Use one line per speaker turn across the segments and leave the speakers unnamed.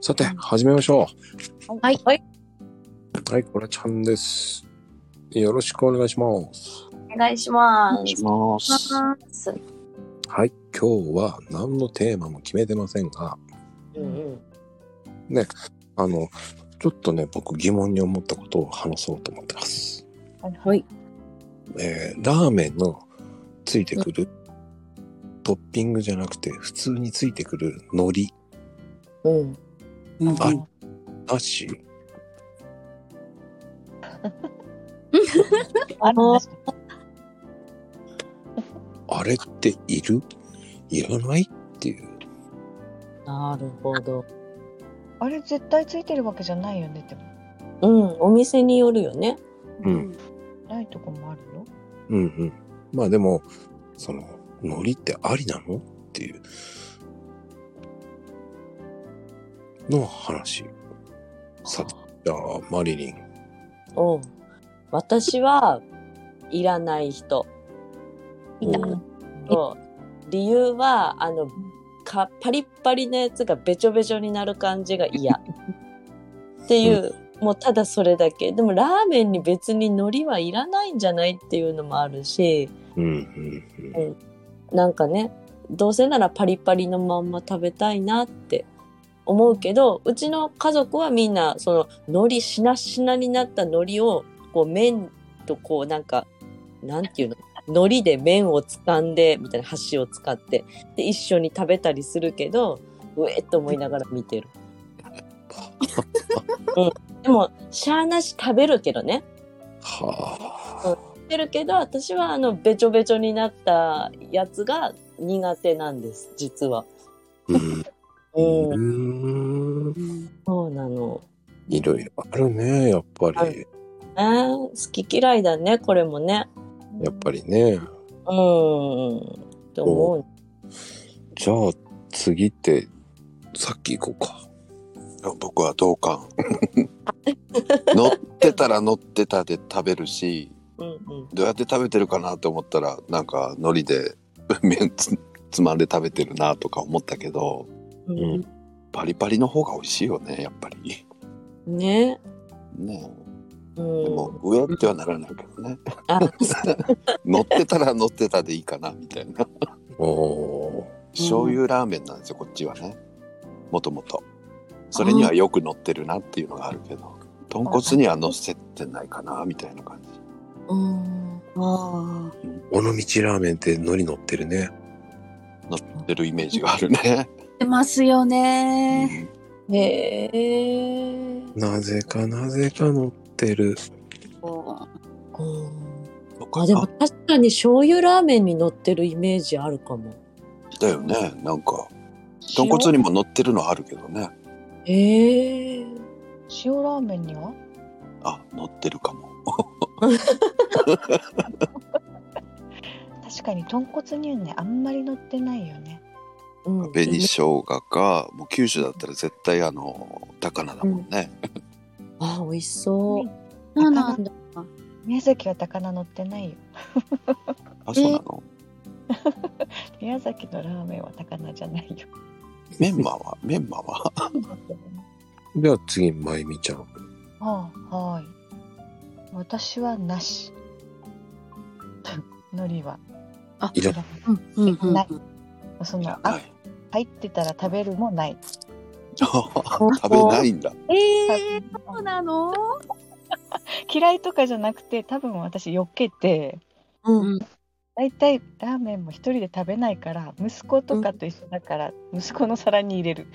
さて、始めましょ
はい。
う。はい、こらちゃんです。よろしくお願いします。
お願いしま
お願いします。
す。
はい、今日は何のテーマも決めてませんが、
うん
あの、ちょっとね、僕疑問に思ったことを話そうと思ってます。
はい。
えー、ラーメンのついてくる、トッピングじゃなくて、普通についてくる海苔、
うん。うん。
うん
あなし、
あの、
あれっているいらないっていう。
なるほど。
あれ絶対ついてるわけじゃないよね。でも、
うん、お店によるよね。
うん。
ないとこもあるよ。
うんうん。まあでも、その、海苔ってありなのっていう。の話。さて、じゃあ、マリリン。
おう私はいらない人。
いら
うんそう理由は、あの、かパリッパリなやつがべちょべちょになる感じが嫌。っていう、もうただそれだけ。でもラーメンに別に海苔はいらないんじゃないっていうのもあるし、
うんうんうん。
なんかね、どうせならパリパリのまんま食べたいなって思うけど、うちの家族はみんな、その、海苔、しなしなになった海苔を、こう、麺とこう、なんか、なんていうの海苔で麺を掴んで、みたいな箸を使って、で、一緒に食べたりするけど、うえっと思いながら見てる。でも、しゃーなし食べるけどね。
はあ。
食べるけど、私はあの、べちょべちょになったやつが苦手なんです、実は。
うん。
う
う
ん。
ん。
そうなの。
いろいろあるね、やっぱ
あ
り
る。えー好き嫌いだね、これもね。
やっぱりね。
うーん。と思う。
じゃあ、次って、さっき行こうか。
僕は同感 乗ってたら乗ってたで食べるし
うんうん。
どうやって食べてるかなと思ったらなんか海苔で 麺つつまんで食べてるなとか思ったけど
うん
パリパリの方が美味しいよねやっぱり
ね。
ね
うん。
でも上ってはならないけどね
あ、
乗ってたら乗ってたでいいかなみたいな
お
醤油ラーメンなんですよこっちはねもともとそれにはよく乗ってるなっていうのがあるけど豚骨には乗せてないかなみたいな感じ
うん。ああ。
ー尾道ラーメンって海苔乗ってるね。
乗ってるイメージがあるね。
出ますよね。
へえ。
なぜかなぜか乗ってる。
こ
うん
うん
あ、でも確かに醤油ラーメンに乗ってるイメージあるかも。
だよね。なんか豚骨にも乗ってるのあるけどね。
へえ。
塩ラーメンには。
あ、乗ってるかも。
確かに豚骨にはね、あんまり乗ってないよね。
うん
紅生姜か、もう九州だったら絶対あの高菜だもんね。
あ、美味しそう。
そうなんだ。
宮崎は高菜乗ってないよ。
あ、そうなの。
宮崎のラーメンは高菜じゃな いよ。
メンマはメンマは。
じゃあ次、まゆみちゃん。
ああ、はい。私はなし。海苔は。
いら
うんうんうん
ない。その、
は
あ、
い。
入ってたら食べるもない。
食べないんだ。
えー、そうなの？
嫌いとかじゃなくて多分私避けて
うん。
大体ラーメンも一人で食べないから息子とかと一緒だから、息子の皿に入れる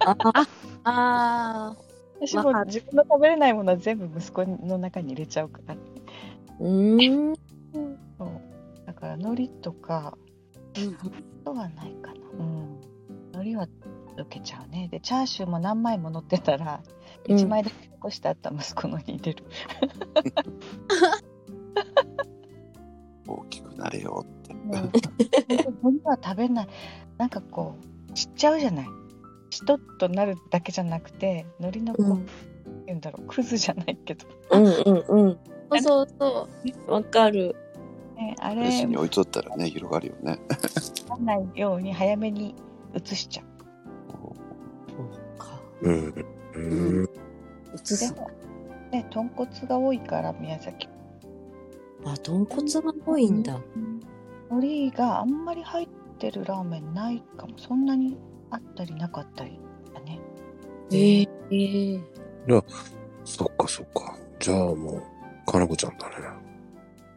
あ、
あ
私も
わかる
自分の食べれないものは全部息子の中に入れちゃうから
うん。
そうだから海苔とか
ーうん
とはないかなうん海苔は受けちゃうねでチャーシューも何枚も乗ってたら
うん
1枚だけ残してあった息子のに入れる、
大きくなれよって。
もう海苔は食べないなんかこうちっちゃうじゃないしとっとなるだけじゃなくて海苔のこう、
うん
言うんだろうクズじゃないけど、
うんうんうん。
うん。そうそ
わかる。
ね、あ
レ
れ
ジに置いとったらね広がるよね。
ならないように早めに移しちゃう
そうか。
うん。うん。
移。
ですもね豚骨が多いから宮崎
あ、豚骨が多いんだ。
海苔があんまり入ってるラーメンないかもそんなにあったりなかったりだね
ええ
そっかそっか。じゃあもう、かなこちゃんだね。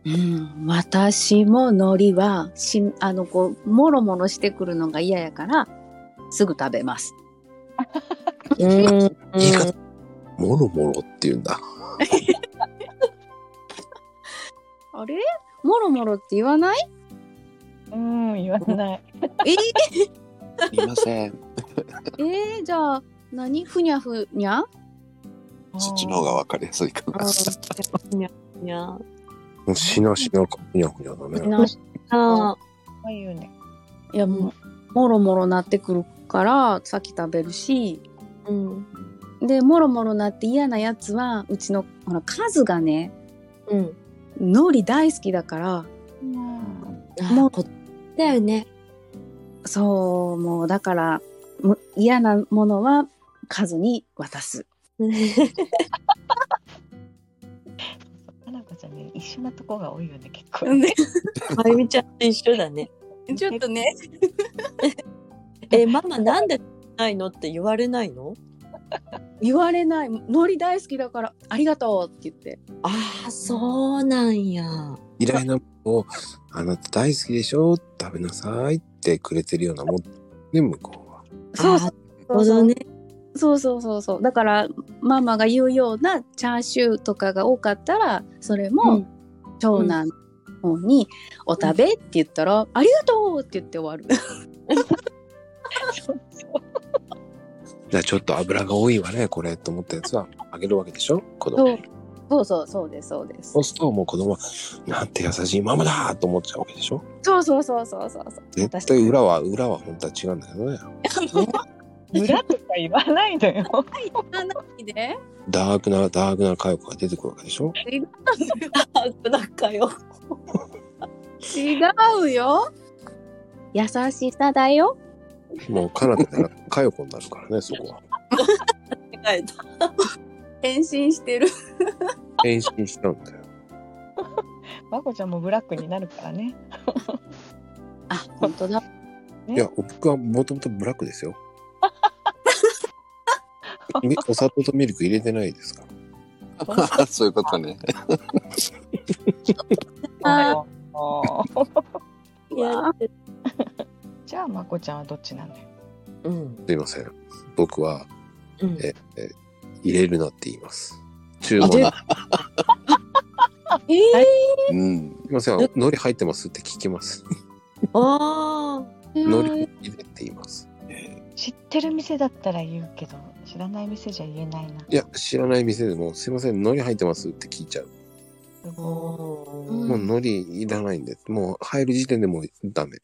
うん、私も海苔はしあのこうもろもろしてくるのが嫌やからすぐ食べます。
うん。
言い方、もろもろって言うんだ。
あれもろもろって言わない
うん言わない
えー、
いま せん。
えー、じゃあ何ふにゃふにゃ
そっちの方が分かりやすいかな。
にゃにゃ。
もうしなしなか、ふにゃふにゃだね。
なしな。
あいよね
いやもうもろもろなってくるからさっき食べるし
うん。
でもろもろなって嫌なやつはうちのほら数がね
うん。
海苔大好きだから
うん
もうこだよ ね。
そうもうだからむ嫌なものは数に渡す。
かなこちゃんね一緒なとこが多いよね結構
ね
まゆみちゃんと一緒だね。
ちょっとね
え、ママなんでないのって言われないの？
言われない海苔大好きだからありがとうって言って
ああ、そうなんや。
嫌いなものを、あなた大好きでしょ食べなさいってくれてるようなもん。ね、向こうは。
そう
あーな
そう
るほどね。
そうそうそうそうだからママが言うようなチャーシューとかが多かったらそれ
う
も
ん
長男の方に「お食べ」って言ったら「ありがとう!」って言って終わる
そうそう
じゃあちょっと油が多いわね、これと思ったやつはあげるわけでしょ子供
そう
に。
そうそうそうですそうです
そうするともう子供は、なんて優しいママだと思っちゃうわけでしょ
そうそうそうそうそうそう
絶対裏は、裏は本当は違うんだけどね。
村とか言わないのよ
何で
ダークな、ダークな火力が出てくるわけでしょ
あーなんかよ。
違うよ優しさだよ
もうカナダなら火力になるからね、そこは。
変身してる
変身しちゃうんだよ。
まこちゃんもブラックになるからね
あ本当だ
いや、僕はもともとブラックです よ。みお砂糖とミルク入れてないですから。
そういうことね。
あ
もう
やってる
じゃあまこちゃんはどっちなんだよ
うん。
すいません。僕は
うん
え入れるなって言います。注文に。
え
うん。
すいません、海苔入ってますって聞きます。
あ
海苔入れって言います。
知ってる店だったら言うけど知らない店じゃ言えないない
や、知らない店でも、すいません、海苔入ってますって聞いちゃう。
す
あ。
ご
うん
もう海苔いらないんで、もう入る時点でもうダメ。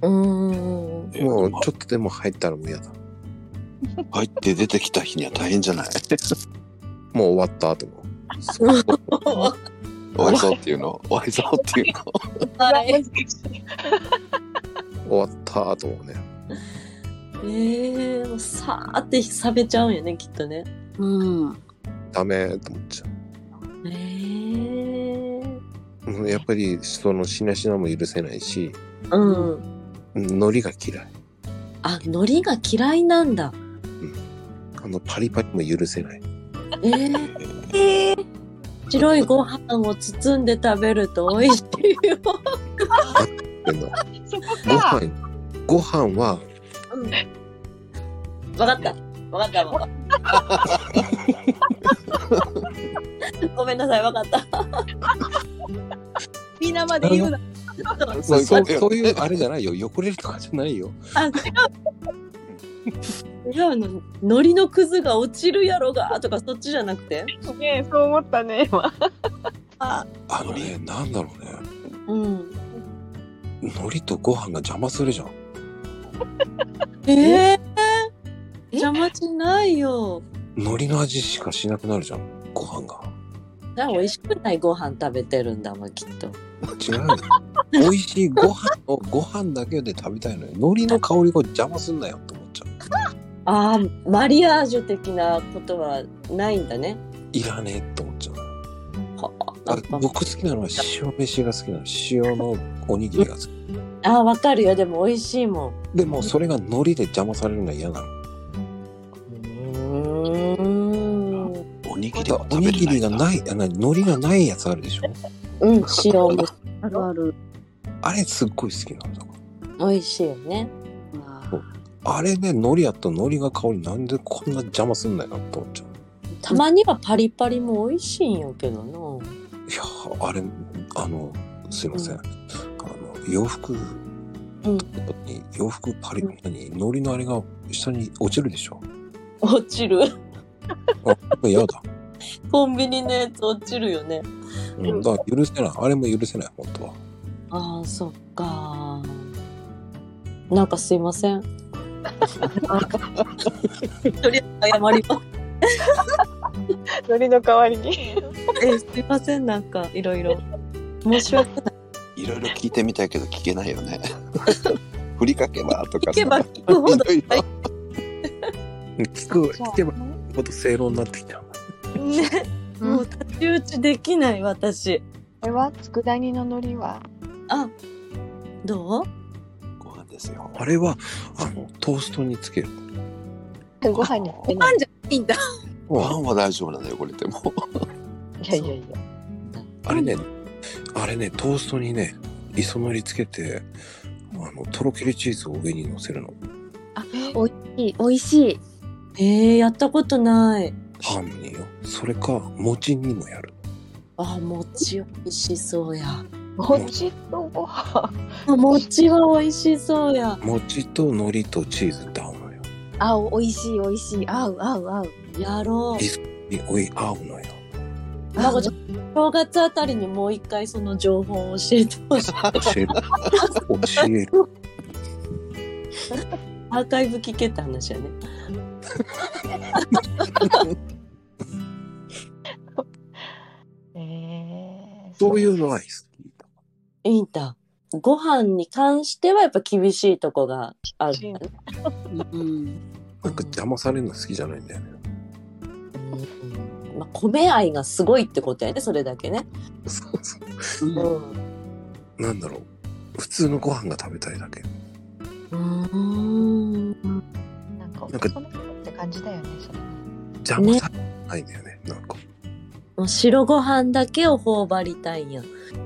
うん。
え
もう
でも
ちょっとでも入ったらもう嫌だ。
入って出てきた日には大変じ ゃない。
もう終わったと思う。
そう。
終わりそうっていうの。終わりそうっていうの。
はいい。
終わったと思うね。
ええ、もうさーって冷めちゃうんよね、きっとね。
うん
ダメと思っちゃ
ええ。
う。もうやっぱりそのしなしなも許せないし、
うん。
海苔が嫌い。
あ、海苔が嫌いなんだ。
あのパリパリも許せない。
えー、白いご飯を包んで食べると美味しいよ。
でも
そこ
ご
か
飯、ご飯は
わかった。わかった。わかった。ごめんなさい、わかった。
みんなまで言うな
そ
そうう
そう
そう
いうあれじゃないよ。汚れるとかじゃないよ。
あ、違う。違うの。海苔のくずが落ちるやろがとか、そっちじゃなくて。
ねそう思ったね今
あのね、なんだろうね。
うん。
海苔とご飯が邪魔するじゃん。
ええ邪魔しないよ。
海苔の味しかしなくなるじゃん。ご飯が。
だから美味しくないご飯食べてるんだもん、きっと。
違うよ。美味しいご飯をご飯だけで食べたいのよ。海苔の香りが邪魔すんなよって思っちゃう。
ああ、マリアージュ的なことはないんだね。
いらねえと思っちゃう。
はあ
あ僕好きなのは塩飯が好きなの。塩のおにぎりが好き。
あー、わかるよ。でも美味しいもん。
でもそれが海苔で邪魔されるのは嫌なの。
うーん。
おにぎりは
お
食べ
にぎ
れ
り
な
が
い
ない、
な
あな海苔がないやつあるでしょ。
うん、塩も
あるある。
あれすっごい好きなんだか
美味しいよね。
あ
そうら。あれで海苔やったら海苔が香りなんでこんな邪魔すんだよなと思っちゃう。
たまにはパリパリも美味しいんやけどな。
いやーあれあのすいません、
うん
あの洋服
うん
に洋服パリパリに海苔のあれが下に落ちるでしょ
落ちる。
あもう嫌だ、
コンビニのやつ落ちるよね。
うん、だから許せないあれも許せない本当は
ああ、そっか。なんかすいません。とりあえず謝ります。
海苔の代わりに。
えすいません、なんかいろいろ。申し訳ない。
いろいろ聞いてみたいけど聞けないよね ふりかけばとか
聞けば
さ
聞くほど。
いろいろ
聞く
じゃあ
聞けばほど正論になってきた
ね、もう太刀打ちできない私。
これは佃煮の海苔は
あ、どう
ご飯ですよ
あれはあのトーストにつける
ご飯に入って
パ
ない。
ンじゃないんだ。
ご飯は大丈夫なんだよこれでも
いやいやいや。
あれねあれねトーストにね磯のりつけてあのとろけりチーズを上に乗せるの
おいしい、おいしい。
えー、やったことない。
パンによそれか餅にもやる
あ、餅美味しそうや。
餅とご飯。
あ餅は美味しそうや。
餅と海苔とチーズって合うのよ
あお、おいしい、おいしい。合う、合う、合う。
やろう。
おい合うのよ
なんかちょっと正月あたりにもう一回その情報を教えてほしい。
教える教える
アーカイブ聞けって話やね。
えー
そういうのは好き
いいんだ。ご飯に関してはやっぱ厳しいとこがあるんだね。
うん。
なんか邪魔されるの好きじゃないんだよね
うんまあ、米愛がすごいってことやね、それだけね。
そうそ
うん。
うなんだろう普通のご飯が食べたいだけ
うん。
なんか
なんか
男の子って感じだよね。それ
邪魔されないんだよねなんか
もう白ご飯だけを頬張りたいんや。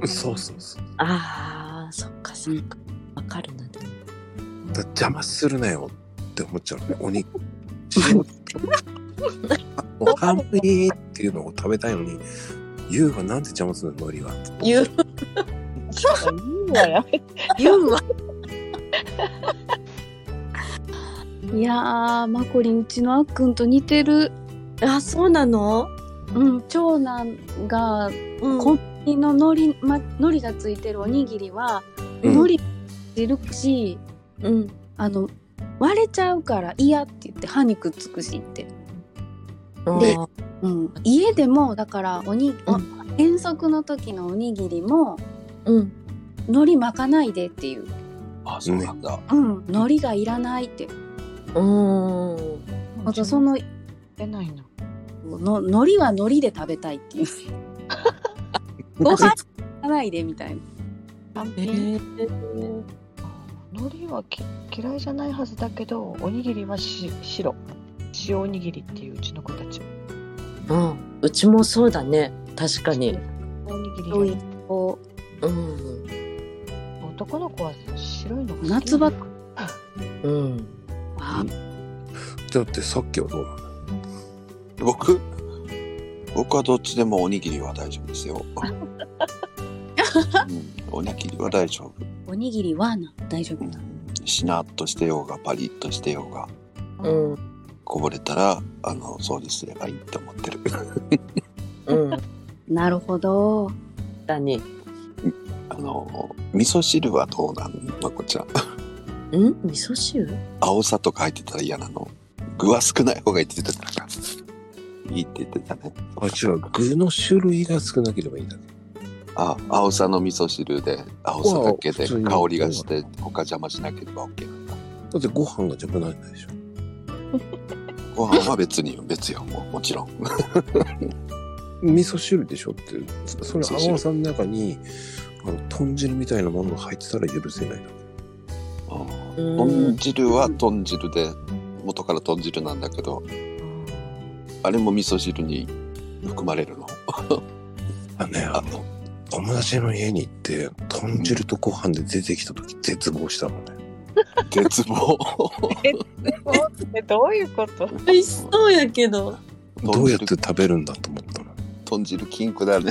そうそうそう
ああ、そっかそっか。わかるな。
だから邪魔するなよって思っちゃうのねお肉もう半分いいっていうのを食べたいのに優はなんで邪魔するの海苔は
言う、
いいわやめて。
言うわ。いやー、マコリン、うちのあっくんと似てる。
あ、そうなの
うん、長男が、
うん
こん海苔の海苔、ま、海苔がついてるおにぎりは、
うん
海苔汁るし、
うん。
あの、割れちゃうから嫌って言って歯にくっつくしって。
で、
うん、家でもだからおに、お
う
遠足の時のおにぎりも
うん。
海苔巻かないでっていう、
あそうなんだ、
うん、海苔がいらないって、
うん。
あとその
出ないの。
の海苔は海苔で食べたいっていう ご飯巻かないでみたいな
単
え
品。
ー
海苔はき嫌いじゃないはずだけど、おにぎりはし白。塩おにぎりっていううちの子たち。
うん。うちもそうだね。確かに。
おにぎりが
そういうこ
うん。
男の子は白いのが好
う
き
夏場
うん。
あ
だってさっきはどうなの
僕僕はどっちでもおにぎりは大丈夫 ですよ、うん、おにぎりは大丈夫、
おにぎりはな大丈
う
夫
ん
な、
しなっとしてようがパリッとしてようが
うん。
こぼれたらあの掃除すればいいと思ってる
うん。
なるほど
だね。
あの味噌汁はどうなんまこちゃん
うん味噌汁
青さとか入ってたら嫌なの具は少ない方がいいって言ってたからいいって言ってたね
あ違う具の種類が少なければいいんだけ
あ青さの味噌汁で青さだけで
うわ
香りがして他邪魔しなければ OK なんだ
だってご飯が邪魔なんないでしょ
ご飯は別に別よもうもちろん
味噌汁でしょってそそれ青野さんの中にあの豚汁みたいなものが入ってたら許せないだ
うん
うん
豚汁は豚汁で元から豚汁なんだけどあれも味噌汁に含まれるの
あね
あの
友達の家に行って豚汁とご飯で出てきた時絶望したのね
絶望
えどういうこと
美味しそうやけど。
どうや
豚
って
汁
食べるんだと思ったの
豚汁禁句だね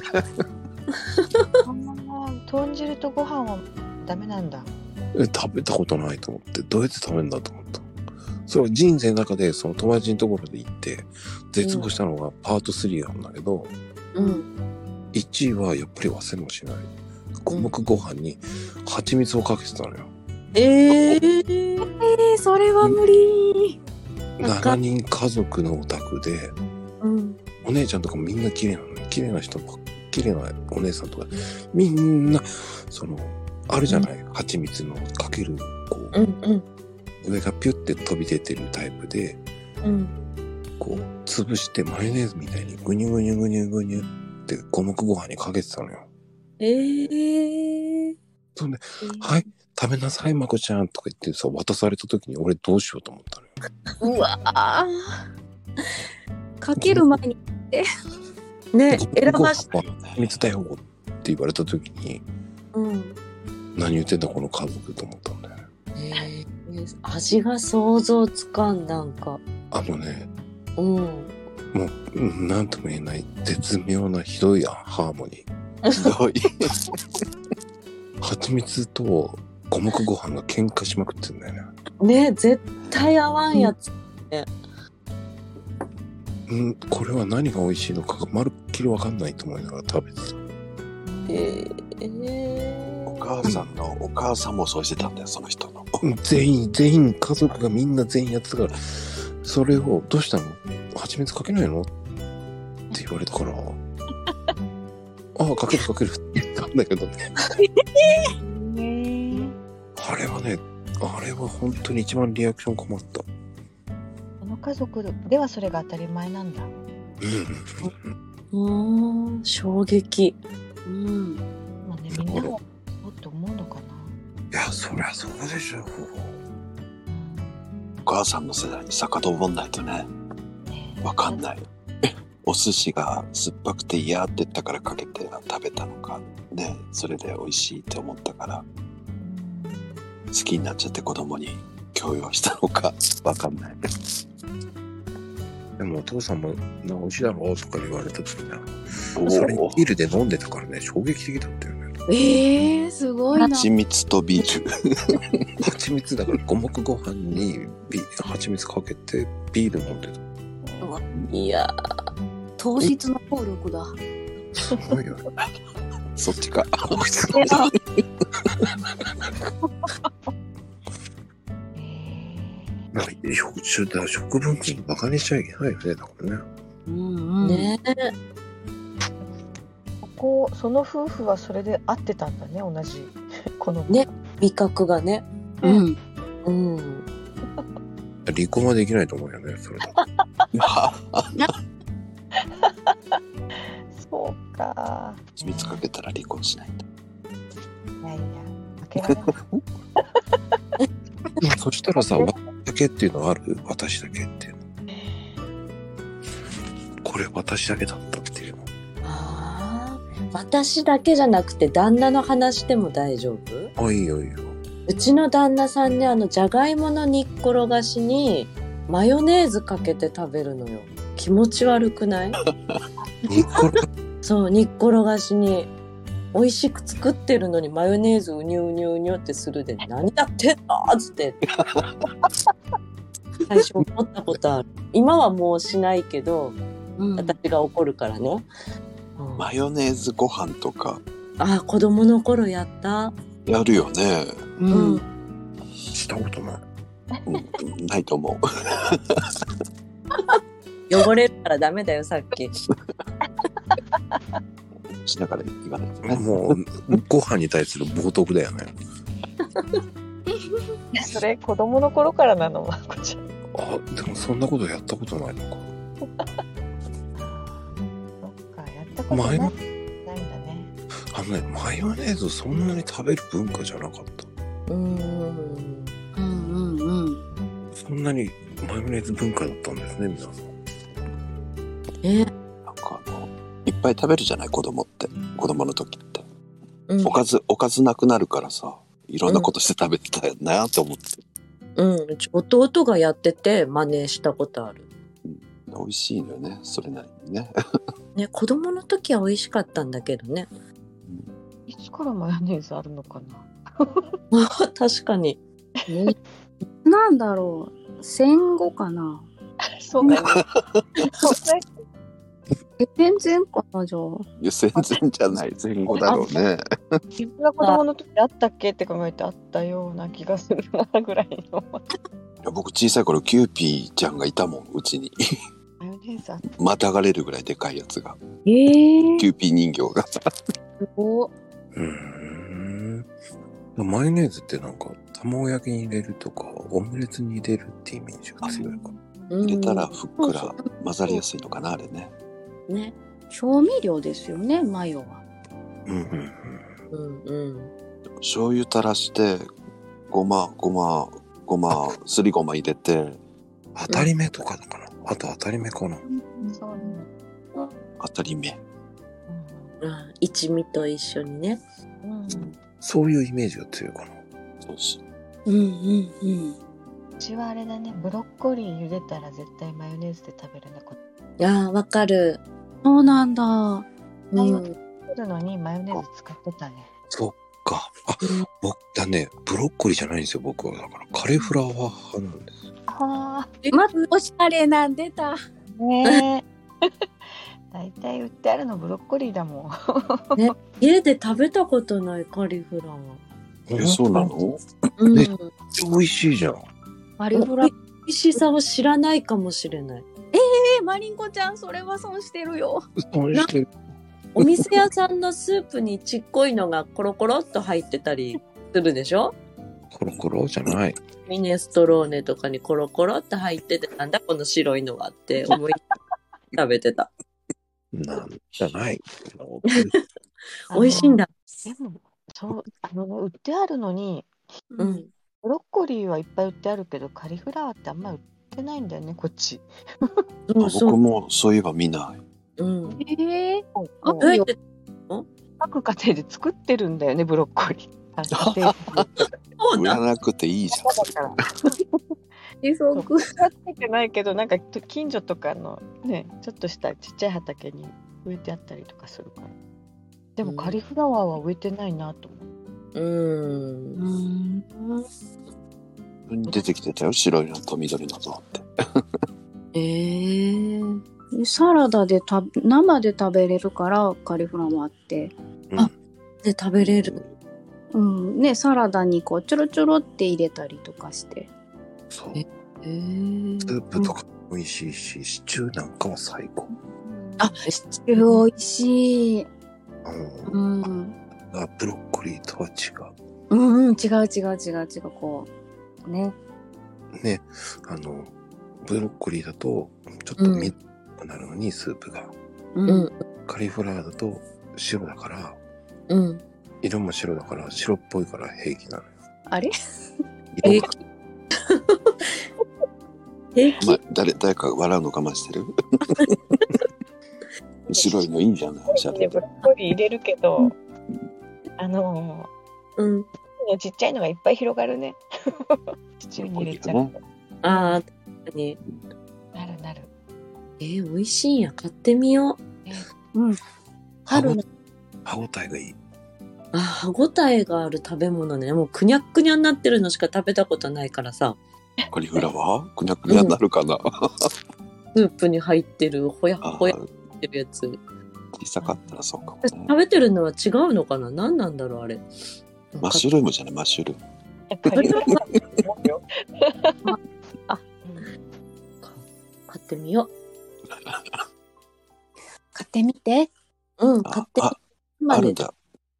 豚汁とご飯はダメなんだ
え食べたことないと思ってどうやって食べるんだと思ったそれは人生の中でその友達のところで行って絶望したのがパート3なんだけど、
うん。
1位はやっぱり忘れもしない五目ご飯に蜂蜜をかけてたのよ、
えー、
えー、それは無理。
なんか
7人家族のお宅で
うん。
お姉ちゃんとかみんな綺麗なのね綺麗な人ばっ綺麗なお姉さんとかみんなそのあるじゃない、蜂蜜のかけるこう
うんうん
上がピュって飛び出てるタイプで
うん。
こう潰してマヨネーズみたいにグニュグニュグニュグニュって五目ご飯にかけてたのよ
えー、
そんで「はい食べなさいまこちゃん」とか言ってさ渡された時に俺どうしようと思ったのよ
うわあ。かける前に。
ね選ばし
ご飯は蜂蜜だよって言われた時に
うん
何言ってんだこの家族と思ったんだよね
えー、味が想像つかんなんか。
あのね
うん。
もううんなんとも言えない絶妙なひどいハーモニー
ひどい
蜂蜜と五目ご飯が喧嘩しまくってんだよね
ね絶対合わんやつ。
うん、これは何が美味しいのかがまるっきりわかんないと思いながら食べてた。
えー
お母さんのお母さんもそうしてたんだよその人の
全員、全員、家族がみんな全員やってたから、それを、どうしたの蜂蜜かけないのって言われたから、ああ、かけるかけるって言ったんだけどね。
ね
あれはね、あれは本当に一番リアクション困った。
この家族ではそれが当たり前なんだ
うん衝撃。
うん。
まあねみんなはそうって思うのか
いや、そりゃそうでしょう。
お母さんの世代に遡んないとね
なね
わかんないお寿司が酸っぱくて嫌って言ったからかけて食べたのかねそれで美味しいって思ったから好きになっちゃって子供に強要したのかわかんない
でもお父さんも、な、美味しいだろうとか言われた時な、
お
それ
お
ビールで飲んでたからね、衝撃的だったよね。
ええー、すごいな。
蜂蜜とビール
蜂蜜だから五目ご飯にビ蜂蜜かけてビール飲んでた
いや
当日の暴力だ。
すごいよね
そっちか
なんか食中だ食文化にバカにしちゃいけないよねだからね
う
ー
んうん。
ね
ここその夫婦はそれで合ってたんだね同じこの
ね味覚がね。
うん。
うん。
離婚はできないと思うよねそれだ と
そうか
蜂蜜かけたら離婚しないんだ
いやいや負けられない
そしたらさ私だけっていうのある私だけっていうのこれ私だけだったっていうの
あー私だけじゃなくて旦那の話でも大丈夫
あいいよいいよ
うちの旦那さんねあのじゃがいもの煮っころがしにマヨネーズかけて食べるのよ気持ち悪く ない
ニコラ
そう煮っころがしに美味しく作ってるのにマヨネーズうにゅうにゅうにゅってするで何やってんのっつって 最初思ったことある今はもうしないけど
うん。
私が怒るからね、うん
マヨネーズご飯とか
あー子供の頃やった
やるよね、
うん。
したことない
うん、ないと思う
汚れるからダメだよさっき
しながら言わない とね
もうご飯に対する冒涜だよね
それ子供の頃からなのまこちゃん
あでもそんなことやったことないのか
そっか、やったことな
前
いな
の
いんだね。
あのねマヨネーズそんなに食べる文化じゃなかった
うん。
うんうんうん。
そんなにマヨネーズ文化だったんですね皆さん
え、
なんかあのいっぱい食べるじゃない子供って子供の時って
うん
おかずおかずなくなるからさいろんなことして食べてたよなと思って、
うん、うち弟がやってて真似したことある。
美味しいのよねそれなりにね
ね、子供の時は美味しかったんだけどね。
いつからマヨネーズあるのかな
確かに。
なんだろう。戦後かな。
そんなに。そんなに
え、全然かな、じゃあ。
いや戦前じゃない前後だろうね
自分が子供の時あったっけって考えてあったような気がするなぐらいの。
いや僕小さい頃キューピーちゃんがいたもんうちに
マヨネーズあっ
またがれるぐらいでかいやつが
ええ
キューピー人形が
すごっ
うーんマヨネーズってなんか卵焼きに入れるとかオムレツに入れるってイメージが強いか
うん
入れたらふっく
そ
ら
うそ
混ざりやすいのかなあれね
ね。
調味料ですよね、マヨは。
うんうんうん
うんうん。
醤油垂らしてごまごまごますりごま入れて
当たり目とかだかなあと当たり目かな
た。そうね。
当たり目
あ一味と一緒にね。
うん。うん
そういうイメージが強いかな
そうそう
うんうんうん。
うちはあれだね、ブロッコリー茹でたら絶対マヨネーズで食べれなかっ
ああ、わかる。
そうなんだ。
う
マヨ
ん。
た。るのにマヨネーズ使ってたね。
そっかあ僕だねブロッコリーじゃないんですよ僕はだからカリフラワー派なんです
あ
ま、おしゃれなん出た。
あ、ねえ。 大体売ってあるのブロッコリーだもん。
家で食べたことないカリフラワ
えそうなの
ー。うん。
ね美味しいじゃん
マ
カ
リフラ。
美味しさを知らないかもしれない。
え、マリンコちゃん、それは損してるよ。
そうしてる
お店屋さんのスープにちっこいのがコロコロっと入ってたりするでしょ
コロコロじゃない
ミネストローネとかにコロコロって入ってて、なんだこの白いのはって思い食べてた。
なんじゃない
美味しいんだ。
でも、そう、あのね、売ってあるのに、
う。。
うん
ブロッコリーはいっぱい売ってあるけど、カリフラワーってあんま売ってないんだよね、こっち。
そう
僕
そ。
もそういえば見ないう
うん。
ええあ
もう
どうやって
各家庭で作ってるんだよね、ブロッコ リー。家庭で
そう
売
な
ら
の
なくていいじゃん
だから、
ー、そく。
使ってないけど、なんか近所とかのね、ちょっとしたちっちゃい畑に植えてあったりとかするから。でも、
うん
カリフラワーは植えてないなと思う。
うん。
うん。
出てきてたよ白いのと緑のと って
ええサラダでた生で食べれるからカリフラワーって、
で食べれる。
うんね、サラダにこうちょろちょろって入れたりとかして
そう
へー
スープとか美味しいし、シチューなんかは最高。
あ、
シチュー美味しい、
あの
うん、
あブロッコリーとは違
うんうん違う違う違う違うこうね
う。ね、あの、ブロッコリーだと、ちょっと
うん
みっくなるのに、スープが。
う
うん。
カリフラワーだと白だから、
うん。
色も白だから、白っぽいから平気なのよ。
あれ
色が
平
ま
気。
誰誰か笑うの我慢し てる白いのいいじゃないおしゃれ
ブロッコリー入れるけど、あの
うん。
ー、ちっちゃいのがいっぱい広がるね。 シチューに入れちゃうと。
ああ、確かに。
なるなる。
えー、美味しいんや。買ってみよう。
歯
春
ご
の
歯応えがいい。
あー歯ごたえがある食べ物ね。もうくにゃっくにゃになってるのしか食べたことないからさ。
カリフラワーくにゃくにゃになるかな、
スープに入ってる、ほや
あ
ほや
ー
ってるやつ。
小さかったらそうかも
食
ね
べてるのは違うのかな何なんだろうあれ。
マッシュルームじゃないマッシュルーム
カリフラワーよ。
買ってみよ
買ってみて
う。うん、買
あ
って。
あ
ま
あ
あ
る
ね
ん、だ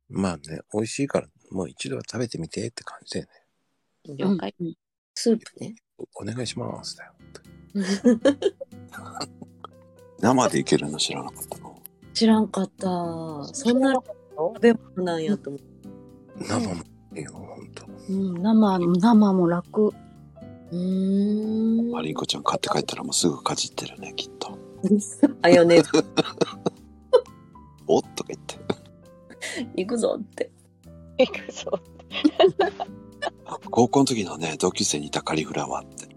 まあね、美味しいから、もう一度は食べてみてって感じだよね。
了解。スープね。
お願いしますだよ。
生でいけるの知らなかったの。
知らんかった。そんな食べ物なんやと思
生もいいよ、ほんと。
うん、生生も楽。
う。うーん。
マリンコちゃん買って帰ったらもうすぐかじってるね、きっと。
あよね、
おっとか言って。
行くぞって。
行くぞ。
あ高校の時のね、同級生にいたカリフラワーって。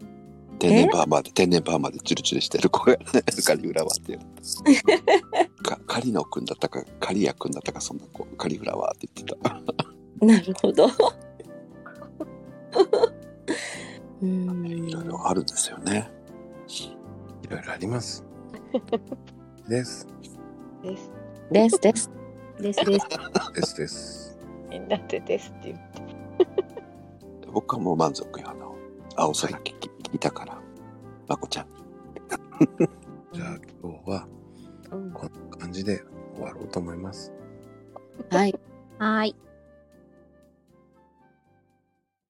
天然パーマで、天然パーマでチュルチュルしてる子がね、 カリフラワーって言う。かカリノ君だったか、カリヤ君だったか、そんな子、カリフラワーって言ってた。
なるほど。うん。
いろいろあるんですよね。
いろいろあり ます。です。
です。
ですです。
ですです。
ですです。
だってですって言う。
僕はもう満足よ、あの、青空聞きいたから。まこちゃん、
じゃあ今日は
うん
こんな感じで終わろうと思います。
はい。はい。